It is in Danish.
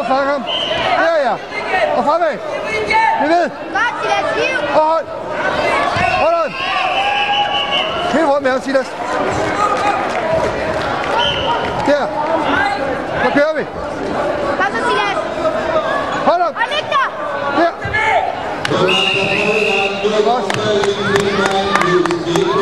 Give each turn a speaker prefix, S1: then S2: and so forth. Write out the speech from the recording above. S1: og fang ham. Ja, ja. Og fremad. Vi ved.
S2: Godt, Silas, hiv!
S1: Og hold. Hold on. Helt rundt med ham, Silas. Der. Så kører vi.
S2: Kom så, Silas!
S1: Hold on.
S2: Og læg dig!
S1: Der. Godt.
S3: Thank you.